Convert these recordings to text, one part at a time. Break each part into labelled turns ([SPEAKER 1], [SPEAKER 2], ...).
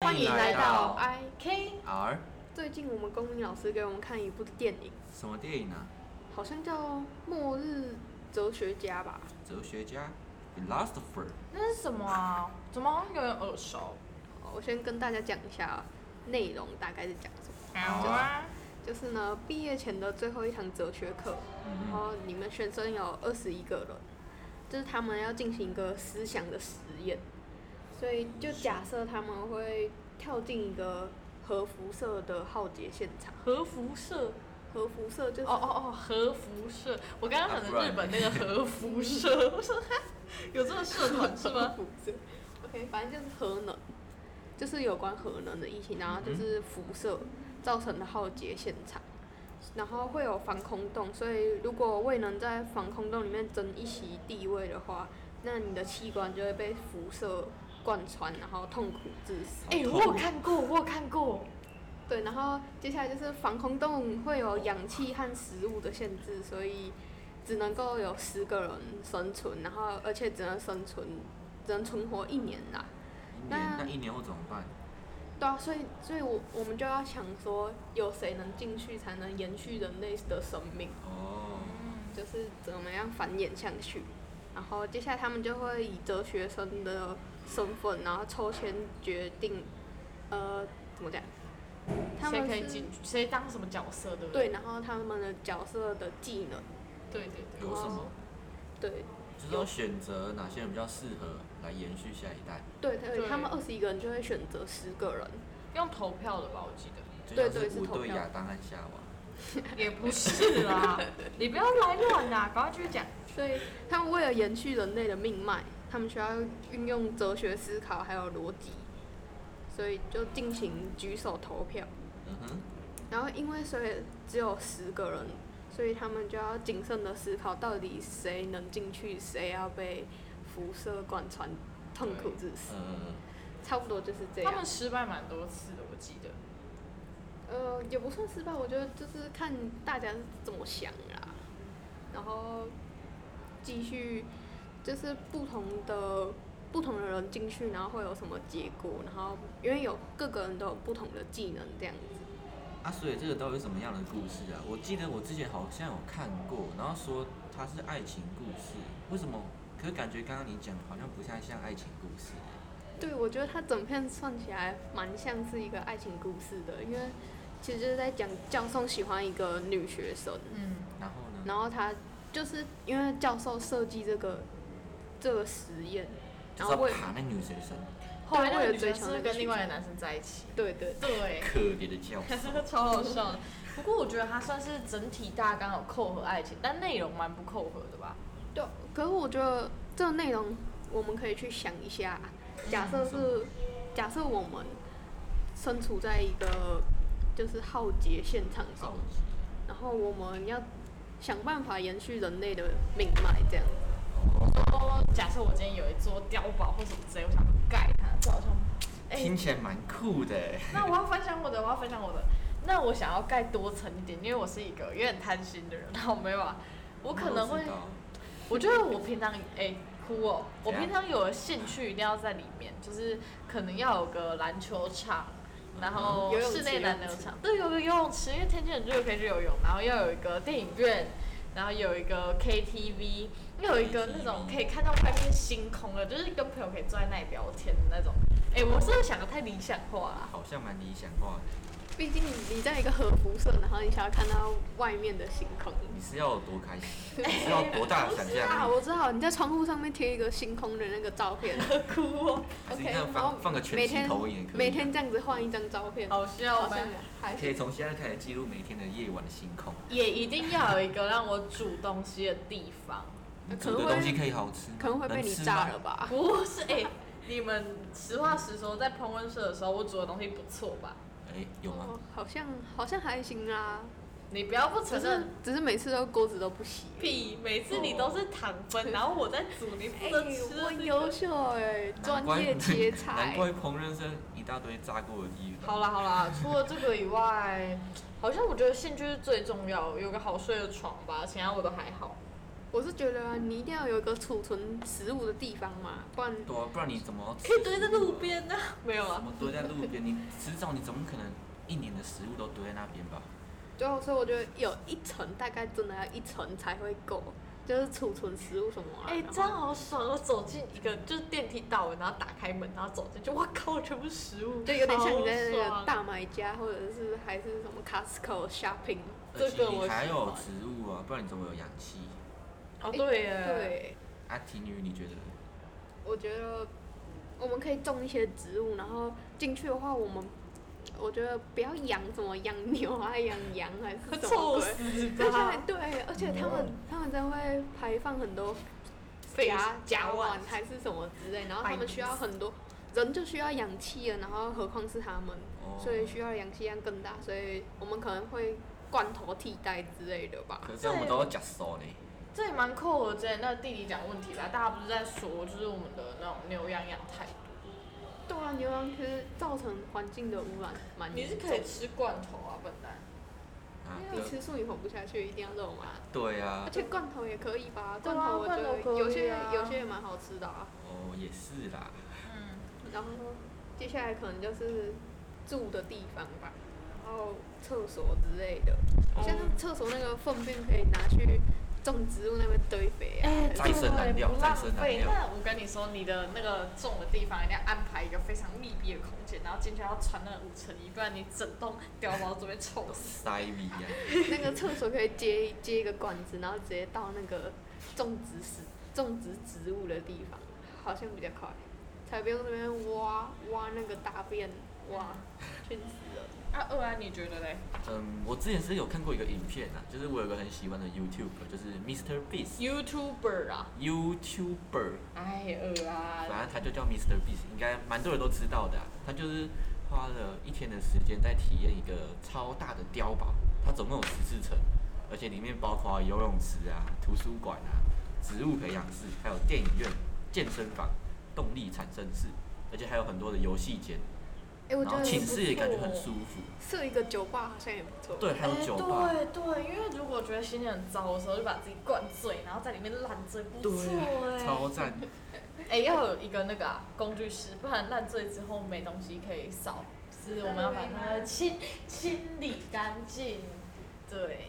[SPEAKER 1] 欢迎来到 IK。
[SPEAKER 2] R
[SPEAKER 1] 最近我们公民老师给我们看一部电影，
[SPEAKER 2] 什么电影呢、啊？
[SPEAKER 1] 好像叫《末日哲学家》吧？
[SPEAKER 2] 哲学家 philosopher
[SPEAKER 3] 那是什么啊？怎么好像有点耳熟？
[SPEAKER 1] 哦我先跟大家讲一下内容大概是讲什么。
[SPEAKER 2] 好啊，
[SPEAKER 1] 就是呢，毕业前的最后一堂哲学课，然
[SPEAKER 2] 嗯
[SPEAKER 1] 后你们学生有二十一个人，就是他们要进行一个思想的实验，所以就假设他们会跳进一个核辐射的浩劫现场。
[SPEAKER 3] 核辐射。
[SPEAKER 1] 核辐射就是
[SPEAKER 3] 哦哦哦，核辐射。我刚刚想的日本那个核 辐射，我说哈，有这个社团是吗？
[SPEAKER 1] 辐射。OK，反正就是核能，就是有关核能的议题，然后就是辐射造成的浩劫现场，然后会有防空洞，所以如果未能在防空洞里面争一席地位的话，那你的器官就会被辐射贯穿，然后痛苦致死。
[SPEAKER 3] 哎、我有看过，我有看过。
[SPEAKER 1] 对，然后接下来就是防空洞会有氧气和食物的限制，所以只能够有十个人生存，然后而且只能生存，只能存活一年啦。
[SPEAKER 2] 一年
[SPEAKER 1] 那，
[SPEAKER 2] 那一年后怎么办？
[SPEAKER 1] 对啊，所以所以我我们就要想说，有谁能进去才能延续人类的生命，
[SPEAKER 2] 哦，
[SPEAKER 1] 就是怎么样繁衍下去。然后接下来他们就会以哲学生的身份，然后抽签决定，呃，怎么讲？他
[SPEAKER 3] 谁
[SPEAKER 1] 们
[SPEAKER 3] 可以
[SPEAKER 1] 是
[SPEAKER 3] 进去？谁当什么角色？对不
[SPEAKER 1] 对，
[SPEAKER 3] 对？
[SPEAKER 1] 然后他们的角色的技能，
[SPEAKER 3] 对对对
[SPEAKER 2] 有什么？
[SPEAKER 1] 啊对
[SPEAKER 2] 就是要选择哪些人比较适合来延续下一代，
[SPEAKER 1] 对对，
[SPEAKER 3] 对
[SPEAKER 1] 他们二十一个人就会选择十个人，
[SPEAKER 3] 用投票的吧，我记 得
[SPEAKER 2] 就
[SPEAKER 1] 对
[SPEAKER 2] 像
[SPEAKER 1] 对
[SPEAKER 2] 是
[SPEAKER 1] 是
[SPEAKER 2] 五
[SPEAKER 1] 投
[SPEAKER 2] 对
[SPEAKER 1] 票
[SPEAKER 2] 亚当和夏娃。
[SPEAKER 3] 也不是
[SPEAKER 1] 啊
[SPEAKER 3] 啦， 你不要来乱啊啦，赶快继续讲。
[SPEAKER 1] 所以他们为了延续人类的命脉，他们需要运用哲学思考还有逻辑，所以就进行举手投票。
[SPEAKER 2] 嗯哼，
[SPEAKER 1] 然后因为所以只有十个人，所以他们就要谨慎的思考到底谁能进去，谁要被辐射贯穿，痛苦致死。
[SPEAKER 2] 呃，
[SPEAKER 1] 差不多就是这
[SPEAKER 3] 他
[SPEAKER 1] 样
[SPEAKER 3] 们。失败蛮多次的，我记得。
[SPEAKER 1] 呃，也不算失败，我觉得就是看大家是怎么想啦，然后继续就是不同的不同的人进去，然后会有什么结果，然后因为有各个人都有不同的技能这样子。
[SPEAKER 2] 啊，所以这个都有什么样的故事啊？我记得我之前好像有看过，然后说它是爱情故事，为什么？可是感觉刚刚你讲好像不太像爱情故事耶。
[SPEAKER 1] 对，我觉得它整片算起来蛮像是一个爱情故事的，因为其实就是在讲教授喜欢一个女学生，
[SPEAKER 3] 嗯，
[SPEAKER 2] 然后呢？
[SPEAKER 1] 然后他就是因为教授设计这个这个实验，然后
[SPEAKER 2] 就
[SPEAKER 1] 为
[SPEAKER 2] 是要爬那女学生，
[SPEAKER 1] 后来为了
[SPEAKER 3] 女
[SPEAKER 1] 追
[SPEAKER 3] 生
[SPEAKER 1] 求
[SPEAKER 3] 是
[SPEAKER 1] 那
[SPEAKER 3] 跟
[SPEAKER 1] 个
[SPEAKER 3] 另外一
[SPEAKER 1] 学生
[SPEAKER 3] 个男生在一起。
[SPEAKER 1] 对对
[SPEAKER 3] 对，
[SPEAKER 2] 可怜的教授。
[SPEAKER 3] 超好笑的。不过我觉得它算是整体大纲有扣合爱情，但内容蛮不扣合的吧？
[SPEAKER 1] 对，可是我觉得这个内容我们可以去想一下，假设是假设我们身处在一个就是浩劫现场中
[SPEAKER 2] 好，奇
[SPEAKER 1] 然后我们要想办法延续人类的命脉，这样
[SPEAKER 3] 哦，假设我今天有一座碉堡或什么之类，我想盖它，就好像，哎、
[SPEAKER 2] 听起来蛮酷的欸。
[SPEAKER 3] 那我要分享我的，我要分享我的。那我想要盖多层一点，因为我是一个有点贪心的人，然后没有啊，我可能会
[SPEAKER 2] 知，道
[SPEAKER 3] 我觉得我平常哎、哭哦，
[SPEAKER 2] 怎
[SPEAKER 3] 我
[SPEAKER 2] 样
[SPEAKER 3] 平常有的兴趣一定要在里面，就是可能要有个篮球场，
[SPEAKER 2] 嗯
[SPEAKER 3] 然后
[SPEAKER 1] 游泳池
[SPEAKER 3] 室内篮球场，对，有个游泳池，因为天气很热可以去游泳，然后要有一个电影院，然后有一个 KTV，又有一个那种
[SPEAKER 2] KTV
[SPEAKER 3] 可以看到外面星空的，就是跟朋友可以坐在那里聊天的那种。哎、我是不是想的太理想化了、
[SPEAKER 2] 好像蛮理想化的。
[SPEAKER 1] 毕竟你在一个核辐射，然后你想要看到外面的星空。
[SPEAKER 2] 你是要有多 开心？你是要有多大的想
[SPEAKER 1] 啊，
[SPEAKER 2] 象力？
[SPEAKER 1] 我知道你在窗户上面贴一个星空的那个照片
[SPEAKER 3] 哭哦，
[SPEAKER 2] 还是你
[SPEAKER 1] ，OK，
[SPEAKER 2] 这样
[SPEAKER 1] 然后
[SPEAKER 2] 放放个
[SPEAKER 1] 每
[SPEAKER 2] 全息
[SPEAKER 1] 天
[SPEAKER 2] 投影也可以？啊
[SPEAKER 1] 每天这样子换一张照片，
[SPEAKER 3] 好笑
[SPEAKER 1] 好
[SPEAKER 3] 吧
[SPEAKER 1] 像？还
[SPEAKER 2] 可以从现在开始记录每天的夜晚的星空。
[SPEAKER 3] 也一定要有一个让我煮东西的地方，
[SPEAKER 2] 你
[SPEAKER 1] 可
[SPEAKER 2] 煮
[SPEAKER 1] 能
[SPEAKER 2] 的
[SPEAKER 1] 会
[SPEAKER 2] 东西可以好吃吗？
[SPEAKER 1] 可能会被
[SPEAKER 2] 能
[SPEAKER 1] 你
[SPEAKER 2] 吃
[SPEAKER 1] 炸
[SPEAKER 2] 吗
[SPEAKER 1] 了？ 吧？
[SPEAKER 3] 不是哎、你们实话实说，在烹饪社的时候，我煮的东西不错吧？
[SPEAKER 2] 哎，有吗？
[SPEAKER 1] 哦，好像好像还行啦，
[SPEAKER 3] 你不要不
[SPEAKER 1] 只
[SPEAKER 3] 承
[SPEAKER 1] 是
[SPEAKER 3] 认。
[SPEAKER 1] 只是每次都锅子都不洗。
[SPEAKER 3] 屁！每次你都是糖分，然后我在煮，你负责吃
[SPEAKER 1] 我
[SPEAKER 3] 的那
[SPEAKER 1] 哎优
[SPEAKER 3] 个。
[SPEAKER 1] 秀哎、专
[SPEAKER 2] 难怪
[SPEAKER 1] 业 切
[SPEAKER 2] 难
[SPEAKER 1] 菜。
[SPEAKER 2] 怪烹饪是一大堆炸过的地方。
[SPEAKER 3] 好啦好啦，除了这个以外，好像我觉得兴趣是最重要，有个好睡的床吧，其他我都还好。
[SPEAKER 1] 我是觉得啊，你一定要有一个储存食物的地方嘛，不然
[SPEAKER 2] 对啊，不然你怎么
[SPEAKER 3] 可以堆在路？边呢、没有
[SPEAKER 2] 怎
[SPEAKER 3] 啊，
[SPEAKER 2] 么堆在路边？你迟早你总不可能一年的食物都堆在那边吧？
[SPEAKER 1] 对啊，所以我觉得有一层大概真的要一层才会够，就是储存食物什么啊。
[SPEAKER 3] 哎、
[SPEAKER 1] 然
[SPEAKER 3] 这样
[SPEAKER 1] 后
[SPEAKER 3] 好爽！我走进一个就是电梯到了，然后打开门，然后走进去，哇靠，全部食物，
[SPEAKER 1] 就有点像你在那
[SPEAKER 3] 超
[SPEAKER 1] 个
[SPEAKER 3] 爽
[SPEAKER 1] 大买家或者是还是什么 Costco shopping。
[SPEAKER 3] 这
[SPEAKER 2] 而且
[SPEAKER 3] 个我
[SPEAKER 2] 你还
[SPEAKER 3] 喜
[SPEAKER 2] 有
[SPEAKER 3] 欢
[SPEAKER 2] 植物啊，不然你怎么有氧气？
[SPEAKER 3] 哦，对耶，，
[SPEAKER 1] 对，
[SPEAKER 2] 啊，体女你觉得？
[SPEAKER 1] 我觉得我们可以种一些植物，然后进去的话，我们我觉得不要养什么养牛啊、养羊还是
[SPEAKER 3] 快
[SPEAKER 1] 什么
[SPEAKER 3] 臭
[SPEAKER 1] 鬼。
[SPEAKER 3] 死
[SPEAKER 1] 而且
[SPEAKER 3] 吧！
[SPEAKER 1] 对，而且他们他们真会排放很多 甲甲烷还是什么之类，然后他们需要很多人就需要氧气了，然后何况是他们，
[SPEAKER 2] 哦，
[SPEAKER 1] 所以需要氧气量更大，所以我们可能会罐头替代之类的吧。
[SPEAKER 2] 可是我们都要假手嘞。
[SPEAKER 3] 这也蛮扣我之前那个地理讲问题啦，大家不是在说就是我们的那种牛羊养太多，
[SPEAKER 1] 对啊，牛羊其实造成环境的污染蛮
[SPEAKER 3] 你
[SPEAKER 1] 严
[SPEAKER 3] 是
[SPEAKER 1] 重的。
[SPEAKER 3] 可以吃罐头啊，笨蛋。
[SPEAKER 2] 啊，
[SPEAKER 1] 因为吃素你活不下去，一定要肉麻。
[SPEAKER 2] 对啊
[SPEAKER 1] 而，且罐头也可以吧，
[SPEAKER 3] 对
[SPEAKER 1] 罐头
[SPEAKER 3] 啊
[SPEAKER 1] 我觉
[SPEAKER 3] 罐
[SPEAKER 1] 得
[SPEAKER 3] 头可以啊
[SPEAKER 1] 有些、有些也蛮好吃的啊。
[SPEAKER 2] 哦也是啦。
[SPEAKER 3] 嗯，
[SPEAKER 1] 然后接下来可能就是住的地方吧，
[SPEAKER 3] 哦
[SPEAKER 1] 然后厕所之类
[SPEAKER 2] 哦
[SPEAKER 1] 的，像是厕所那个粪便可以拿去种植物那边堆肥啊。
[SPEAKER 3] 哎，
[SPEAKER 2] 再生燃料
[SPEAKER 3] 对不
[SPEAKER 2] 再
[SPEAKER 3] 浪
[SPEAKER 2] 生燃
[SPEAKER 3] 费。
[SPEAKER 2] 料
[SPEAKER 3] 那我跟你说，你的那个种的地方一定要安排一个非常密闭的空间，然后进去要穿那个五层衣，不然你整栋碉堡准备臭
[SPEAKER 2] 都
[SPEAKER 3] 死。
[SPEAKER 2] 塞米啊呀、
[SPEAKER 1] 那个厕所可以接接一个管子，然后直接到那个种植植种植植物的地方，好像比较快，才不用那边挖挖那个大便，挖去死了。
[SPEAKER 3] 啊，二安你觉得嘞
[SPEAKER 2] 嗯，我之前是有看过一个影片啊，就是我有个很喜欢的 YouTube，就是 Mr. Beast
[SPEAKER 3] ？YouTuber 啊，
[SPEAKER 2] YouTuber，
[SPEAKER 3] 哎，二
[SPEAKER 2] 反
[SPEAKER 3] 安，
[SPEAKER 2] 正他就叫 Mr. Beast，应该蛮多人都知道的啊、他就是花了一天的时间在体验一个超大的碉堡，它总共有十四层，而且里面包括游泳池啊、图书馆啊、植物培养室，还有电影院、健身房、动力产生室，而且还有很多的游戏间，
[SPEAKER 1] 哎、我
[SPEAKER 2] 然后
[SPEAKER 1] 觉得
[SPEAKER 2] 寝
[SPEAKER 1] 设
[SPEAKER 2] 室也感觉很舒服。
[SPEAKER 1] 设一个酒吧好像也不错。
[SPEAKER 2] 对，还有
[SPEAKER 3] 哎
[SPEAKER 2] 酒吧。
[SPEAKER 3] 对对，因为如果觉得心情很糟的时候，就把自己灌醉，然后在里面烂醉，不错哎、
[SPEAKER 2] 超赞！
[SPEAKER 3] 哎、要有一个那个、啊、工具师，不然烂醉之后没东西可以扫，就是我们要把它清清理干净。对，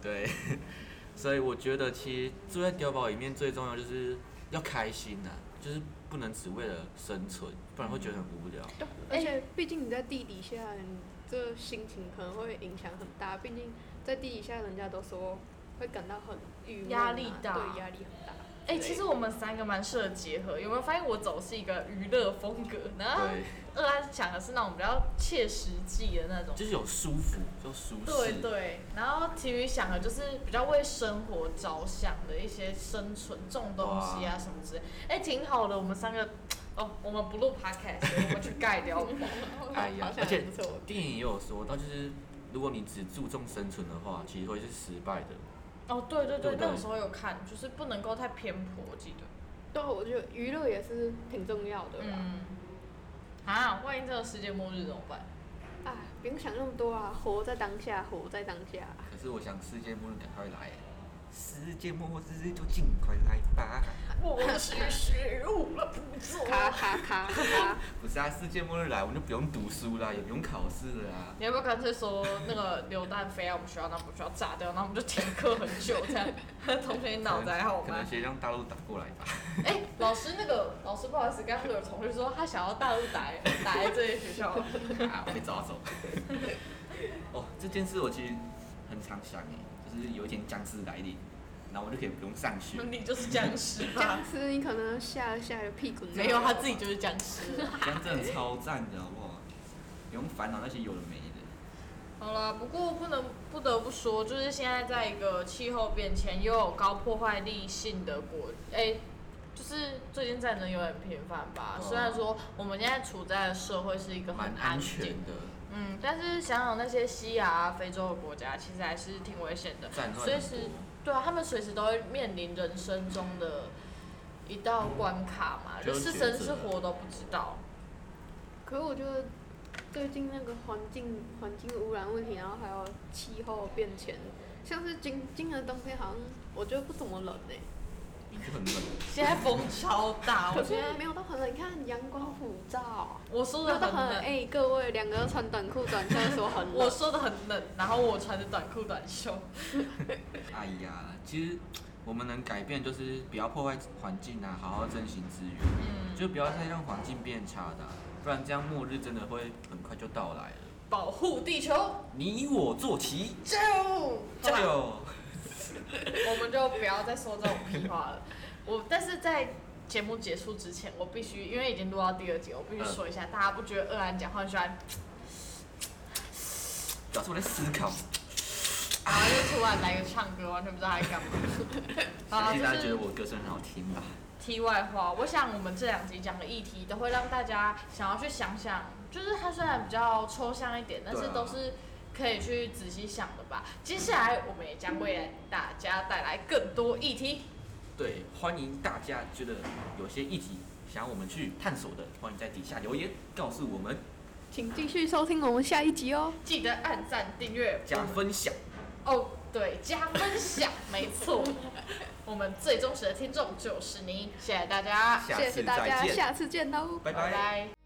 [SPEAKER 2] 对， 所以我觉得其实住在碉堡里面最重要就是要开心呐、就是不能只为了生存，不然会觉得很无聊。
[SPEAKER 1] 对而
[SPEAKER 3] 哎
[SPEAKER 1] 且毕竟你在地底下，你这心情可能会影响很大。毕竟在地底下，人家都说会感到很郁闷、啊，
[SPEAKER 3] 压力大
[SPEAKER 1] 对，压力很大。
[SPEAKER 3] 哎、其实我们三个蛮适合结合，有没有发现我走是一个娱乐风格，然后
[SPEAKER 2] 对，
[SPEAKER 3] 二安想的是那种比较切实际的那种。
[SPEAKER 2] 就是有舒服，就舒
[SPEAKER 3] 对
[SPEAKER 2] 适。
[SPEAKER 3] 对，然后体育想的就是比较为生活着想的一些生存种东西啊什么之类，哎，挺好的。我们三个，哦，我们不录 podcast，我们去盖 掉。
[SPEAKER 2] 哎呀
[SPEAKER 1] 好像
[SPEAKER 2] 而且
[SPEAKER 1] 还不错。
[SPEAKER 2] 电影也有说到，就是如果你只注重生存的话，其实会是失败的。
[SPEAKER 3] 哦，对对
[SPEAKER 2] 对
[SPEAKER 3] 对
[SPEAKER 2] 不，对
[SPEAKER 3] 那个时候有看，就是不能够太偏颇，我记得。
[SPEAKER 1] 对啊，我觉得娱乐也是挺重要的啦。
[SPEAKER 3] 嗯。啊，万一真的世界末日怎么办？
[SPEAKER 1] 啊，不用想那么多啊，活在当下，活在当 下。
[SPEAKER 2] 可是我想世界末日赶快来，世界末日就尽快来吧！
[SPEAKER 3] 我是食物了，不做。
[SPEAKER 1] 咔咔咔咔，
[SPEAKER 2] 不是啊，世界末日来，我们就不用读书啦，也不用考试了啊。
[SPEAKER 3] 你要不要干脆说那个榴弹飞啊到我们学校，那我们学校炸掉，那我们就停课很久这样？同学，你脑子还 好
[SPEAKER 2] 可
[SPEAKER 3] 吗
[SPEAKER 2] 能？先让大陆打过来吧。
[SPEAKER 3] 哎、老师那个老师不好意思，刚刚有同学说他想要大陆打打来这些学 校，
[SPEAKER 2] 啊，我被抓走。 哦，这件事我其实很常想诶，就是有一天僵尸来临，然后我就可以不用上学，
[SPEAKER 3] 你就是僵尸吧
[SPEAKER 1] 僵？尸你可能吓了吓了屁股。
[SPEAKER 3] 没有，他自己就是僵尸。
[SPEAKER 2] 这样真的超赞的好不好？不用烦恼那些有的没的。
[SPEAKER 3] 好啦，不过不能不得不说，就是现在在一个气候变迁又有高破坏力性的国，哎、就是最近战争有点频繁吧。
[SPEAKER 2] 哦
[SPEAKER 3] 虽然说我们现在处在的社会是一个
[SPEAKER 2] 蛮
[SPEAKER 3] 很
[SPEAKER 2] 安
[SPEAKER 3] 静
[SPEAKER 2] 全的，
[SPEAKER 3] 嗯，但是想想那些西亚、啊、非洲的国家，其实还是挺危险的
[SPEAKER 2] 战，乱
[SPEAKER 3] 随
[SPEAKER 2] 很
[SPEAKER 3] 时
[SPEAKER 2] 多，
[SPEAKER 3] 对啊，他们随时都会面临人生中的一道关卡嘛，
[SPEAKER 2] 就是是抉
[SPEAKER 3] 生
[SPEAKER 2] 择
[SPEAKER 3] 是活都不知道。
[SPEAKER 1] 可是我觉得最近那个环境环境污染问题，然后还有气候变迁，像是今今年的冬天，好像我觉得不怎么冷欸诶、
[SPEAKER 2] 你就很冷。
[SPEAKER 3] 现在风超 大，我
[SPEAKER 1] 可是
[SPEAKER 3] 哦现在
[SPEAKER 1] 没有到很冷，你看阳光普照，
[SPEAKER 3] 我说
[SPEAKER 1] 没有
[SPEAKER 3] 的
[SPEAKER 1] 到
[SPEAKER 3] 很
[SPEAKER 1] 很
[SPEAKER 3] 冷，
[SPEAKER 1] 哎、各位两个穿短裤转厕所很
[SPEAKER 3] 我
[SPEAKER 1] 冷，
[SPEAKER 3] 说的很冷，然后我穿着短裤短袖，
[SPEAKER 2] 哎呀，其实我们能改变就是不要破坏环境啊，好好珍惜资源，
[SPEAKER 3] 嗯，
[SPEAKER 2] 就不要再让环境变差的啊、不然这样末日真的会很快就到来了。
[SPEAKER 3] 保护地球，
[SPEAKER 2] 你我哎做齐，
[SPEAKER 3] 就啊
[SPEAKER 2] 加油！
[SPEAKER 3] 我们就不要再说这种屁话了。我但是在节目结束之前，我必须因为已经录到第二集，我必须说一下，大家不觉得二兰讲话很喜欢
[SPEAKER 2] 表示我在思考，
[SPEAKER 3] 然后就突然来个唱歌，完全不知道他在 干嘛。好，
[SPEAKER 2] 相信
[SPEAKER 3] 就
[SPEAKER 2] 大家觉
[SPEAKER 3] 是
[SPEAKER 2] 得我歌声很好听吧？
[SPEAKER 3] 题外话，我想我们这两集讲的议题都会让大家想要去想想，就是它虽然比较抽象一点，但是
[SPEAKER 2] 对啊
[SPEAKER 3] 都是可以去仔细想的吧。接下来我们也将为大家带来更多议题。
[SPEAKER 2] 对，欢迎大家觉得有些议题想要我们去探索的，欢迎在底下留言告诉我们，
[SPEAKER 1] 请继续收听我们下一集哦。
[SPEAKER 3] 记得按赞、订阅、
[SPEAKER 2] 加分享。
[SPEAKER 3] 哦，对，加分享，没 错。我们最忠实的听众就是您，谢谢大家，
[SPEAKER 2] 下
[SPEAKER 1] 谢
[SPEAKER 2] 次
[SPEAKER 1] 谢大家，
[SPEAKER 2] 再见，
[SPEAKER 1] 下次见喽。
[SPEAKER 2] 拜拜。
[SPEAKER 3] 拜